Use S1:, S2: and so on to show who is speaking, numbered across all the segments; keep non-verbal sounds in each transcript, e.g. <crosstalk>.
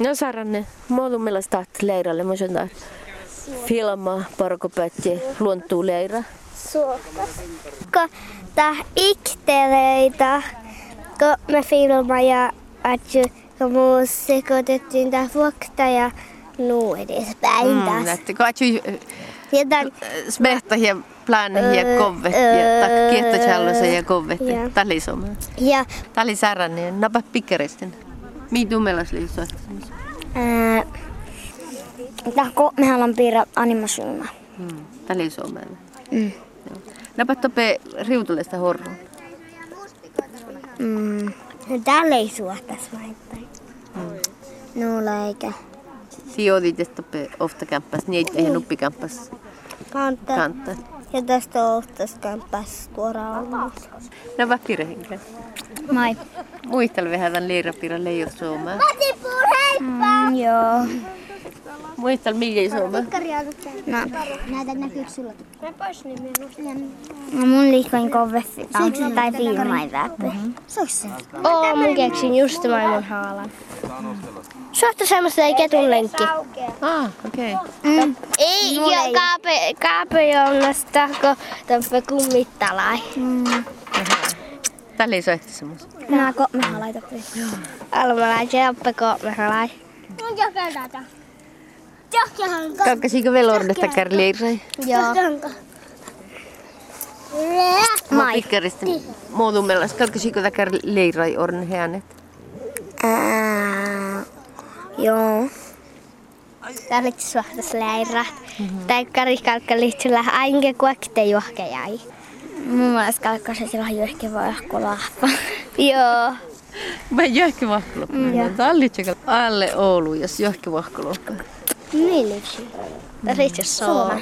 S1: No Saranne, målu millas taht leiralle, mä sanoin filma, parkopätti, luontuu leira.
S2: suokas. Kun tää ikteleitä, kun me filma ja atju, kun muu sekoitettiin tää vuokta ja nuu edespäin
S3: Mm,
S2: taas.
S3: että kun atju
S2: Ja tän,
S3: smehta ja plänne ja kovet ja tak kiehtojallosa ja kovet.
S2: Joo.
S3: Tämä oli suomea.
S2: ja
S3: Tämä oli saranne, napa pikkeristin. Mihin tumelas liittyy?
S2: ää, tää kun me haluan piirrä animasynnä.
S3: Tämä Mm, oli suomea. Napa tope riutulesta horruun.
S2: Mm. No täällä ei suotas laittaa. Nuulla eikä.
S3: Sijoitit, että tope ofta kämppäs, niin ei nuppikämppäs
S2: Kantta.
S3: kantaa.
S2: Ja tästä on ohtaskämpäs tuoraan.
S3: Napa pirhenkään.
S2: Moi.
S3: Muistelu vähän tämän liirapiiran leijot suomea.
S2: Tipur, heippa! Mm, joo.
S3: Muistelu mihin suomea.
S2: No. Näytät näkyykö sulla? No mun liikoin kove tai viimain väpy. Oo, mun keksin just tämän mun haalan. Suotta semmoista ei ketun lenkki.
S3: Ah, okei. Okay.
S2: Ei, ja kaape, kaape jounasta, kun tämmöinen kummittalai.
S3: Tämä oli soitti semmoista.
S2: Nää koopmehalai topi. Almalai, se oppe koopmehalai.
S3: Kakkasiinko velordesta kärliirrei?
S2: Joo.
S3: Mä pikkaristi muodun mellas. Kakkasiinko tämä kärliirrei orn heanet?
S2: Joo. Tarvitsis suhtas leirä. Tai kariskalkka liittyy ainke kuokte juohke jäi. Mun mielestä kalkka se silloin juohke voi olla lahpa. <laughs> Joo.
S3: Mä johki vahkolo. Tallitseka alle Oulu, jos johki vahkolo.
S2: Miliksi? Niin, Tarvitsis suoma.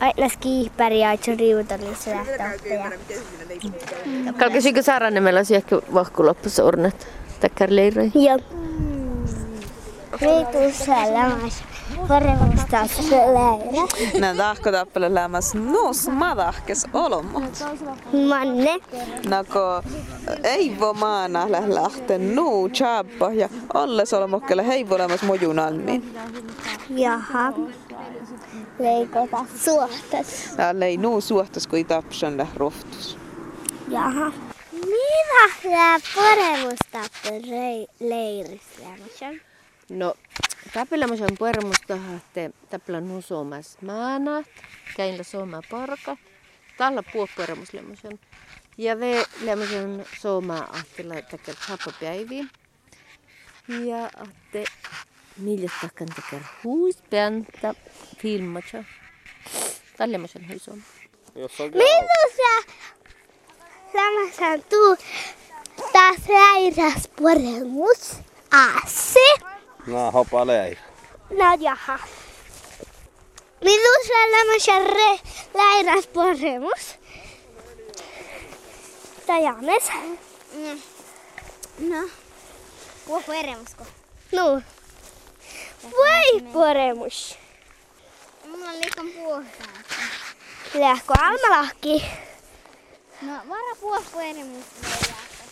S2: Aina skiihpäri ja itse riutalissa lähtöoppeja.
S3: Kakkasiinko Saaranen mellas johki vahkoloppus ornet? Tämä kärliirrei?
S2: Joo. Riitu salamas. Paremmasta se leirä.
S4: Nää tahko tappale lämmäs nuus madahkes olomot.
S2: Manne.
S4: Nako ei vo maana läh lähten nuu chappa ja olles olomokkele hei vo lämmäs mojun almiin.
S2: Jaha. Leikata suohtas.
S4: Täällä ei nuu suhtas kui tapsan läh rohtus.
S2: Jaha. Mitä tämä poremusta leirissä?
S3: No, tapilla mä saan puermusta, että tapilla nuu suomas maanat, käinlä suomaa porka, tällä puoppuermus lämmösen. Ja ve lämmösen suomaa ahtilla tekee happapäiviin. Ja ahte miljas takkan tekee huispäntä filmatsa. Tällä mä saan huisom.
S2: Mitä sä samasan tuu taas leiras poremus? Assi.
S5: Nää hoppa leir.
S2: No jaha. Mitä sä samasan re- leiras poremus? Tai Janes? No.
S6: Kuo koeremusko?
S2: No. Voi poremus.
S6: Mulla on liikan puohtaa.
S2: Lähkö almalahki?
S6: No vara puoh koeremusko jäätä.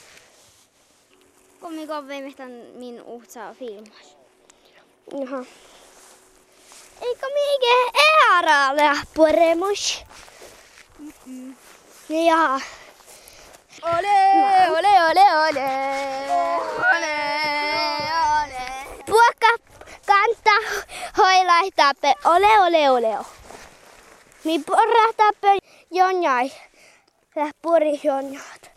S6: Komikon viimeistään min uhtsaa filmas.
S2: Jaha. Eikö mikä ära lähde poremus? Mm-mm. Jaha. Ole, ole, ole, ole. Ole, ole. Puokka kantaa hoilahtaa pe. Ole, ole, ole. Mi porrahtaa pe jonjai. Lähde pori jonjaat.